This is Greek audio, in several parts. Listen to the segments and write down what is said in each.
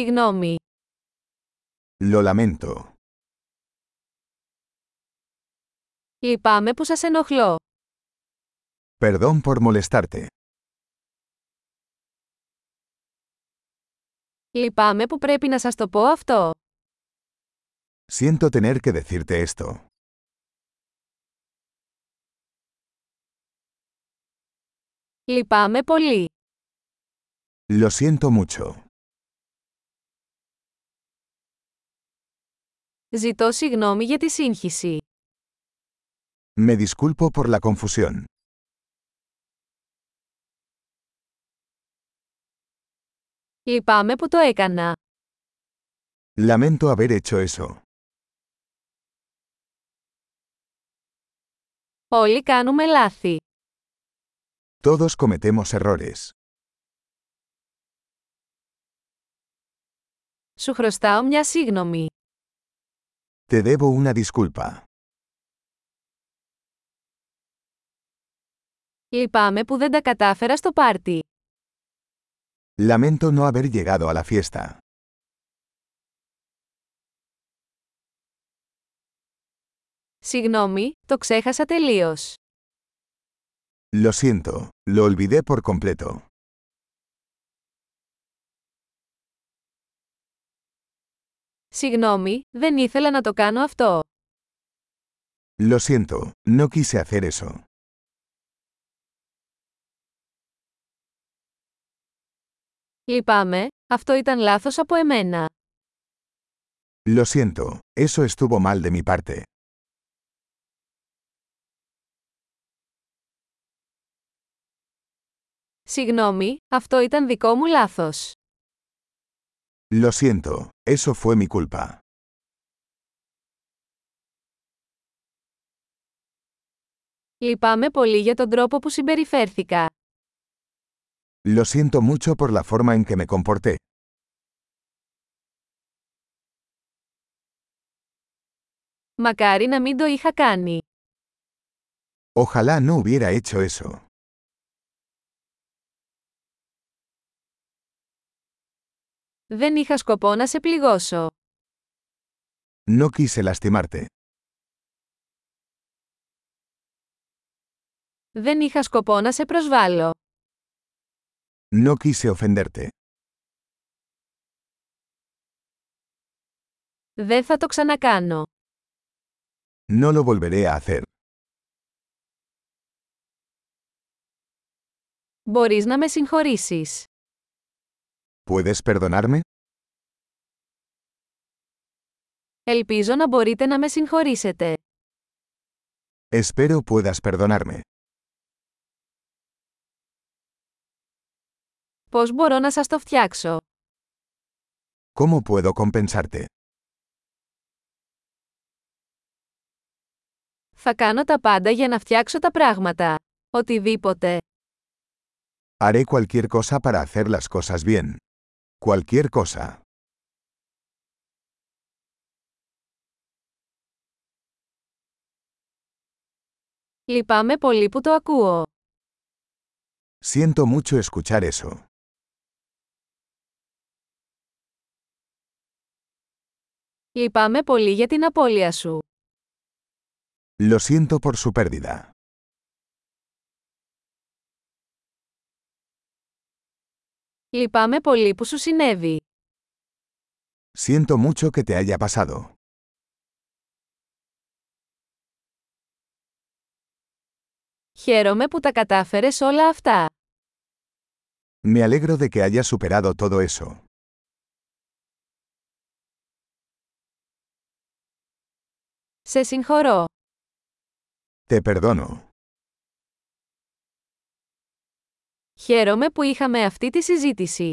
Συγγνώμη. Lo lamento. Λυπάμαι που σας ενοχλώ. Perdón por molestarte. Λυπάμαι που πρέπει να σας το πω αυτό. Siento tener que decirte esto. Λυπάμαι πολύ. Lo siento mucho. Ζητώ συγγνώμη για τη σύγχυση. Me disculpo por la confusión. Λυπάμαι που το έκανα. Lamento haber hecho eso. Όλοι κάνουμε λάθη. Todos cometemos errores. Σου χρωστάω μια σύγγνωμη. Te debo una disculpa. Λυπάμαι που δεν τα κατάφερα στο πάρτι. Lamento no haber llegado a la fiesta. Συγγνώμη, το ξέχασα τελείως. Lo siento, lo olvidé por completo. Συγγνώμη, δεν ήθελα να το κάνω αυτό. Lo siento, no quise hacer eso. Λυπάμαι, αυτό ήταν λάθος από εμένα. Lo siento, eso estuvo mal de mi parte. Συγγνώμη, αυτό ήταν δικό μου λάθος. Lo siento, eso fue mi culpa. Λυπάμαι πολύ για τον τρόπο που συμπεριφέρθηκα. Lo siento mucho por la forma en que me comporté. Μακάρι να μην το είχα κάνει. Ojalá no hubiera hecho eso. Δεν είχα σκοπό να σε πληγώσω. No quise lastimarte. Δεν είχα σκοπό να σε προσβάλλω. No quise ofenderte. Δεν θα το ξανακάνω. No lo volveré a hacer. Μπορείς να με συγχωρήσεις. ¿Puedes perdonarme? Ελπίζω να μπορείτε να με συγχωρήσετε. Espero puedas perdonarme. Πώς μπορώ να σας το φτιάξω. ¿Cómo puedo compensarte? Θα κάνω τα πάντα για να φτιάξω τα πράγματα. Οτιδήποτε. Haré cualquier cosa para hacer las cosas bien. Cualquier cosa. Λυπάμαι πολύ που το ακούω. Siento mucho escuchar eso. Λυπάμαι πολύ για την απώλεια σου. Lo siento por su pérdida. Λυπάμαι πολύ που σου συνέβη. Siento mucho que te haya pasado. Χαίρομαι που τα κατάφερες όλα αυτά. Me alegro de que hayas superado todo eso. Σε συγχωρώ. Te perdono. Χαίρομαι που είχαμε αυτή τη συζήτηση.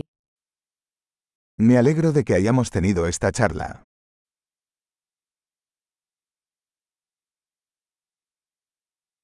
Me alegro de que hayamos tenido esta charla.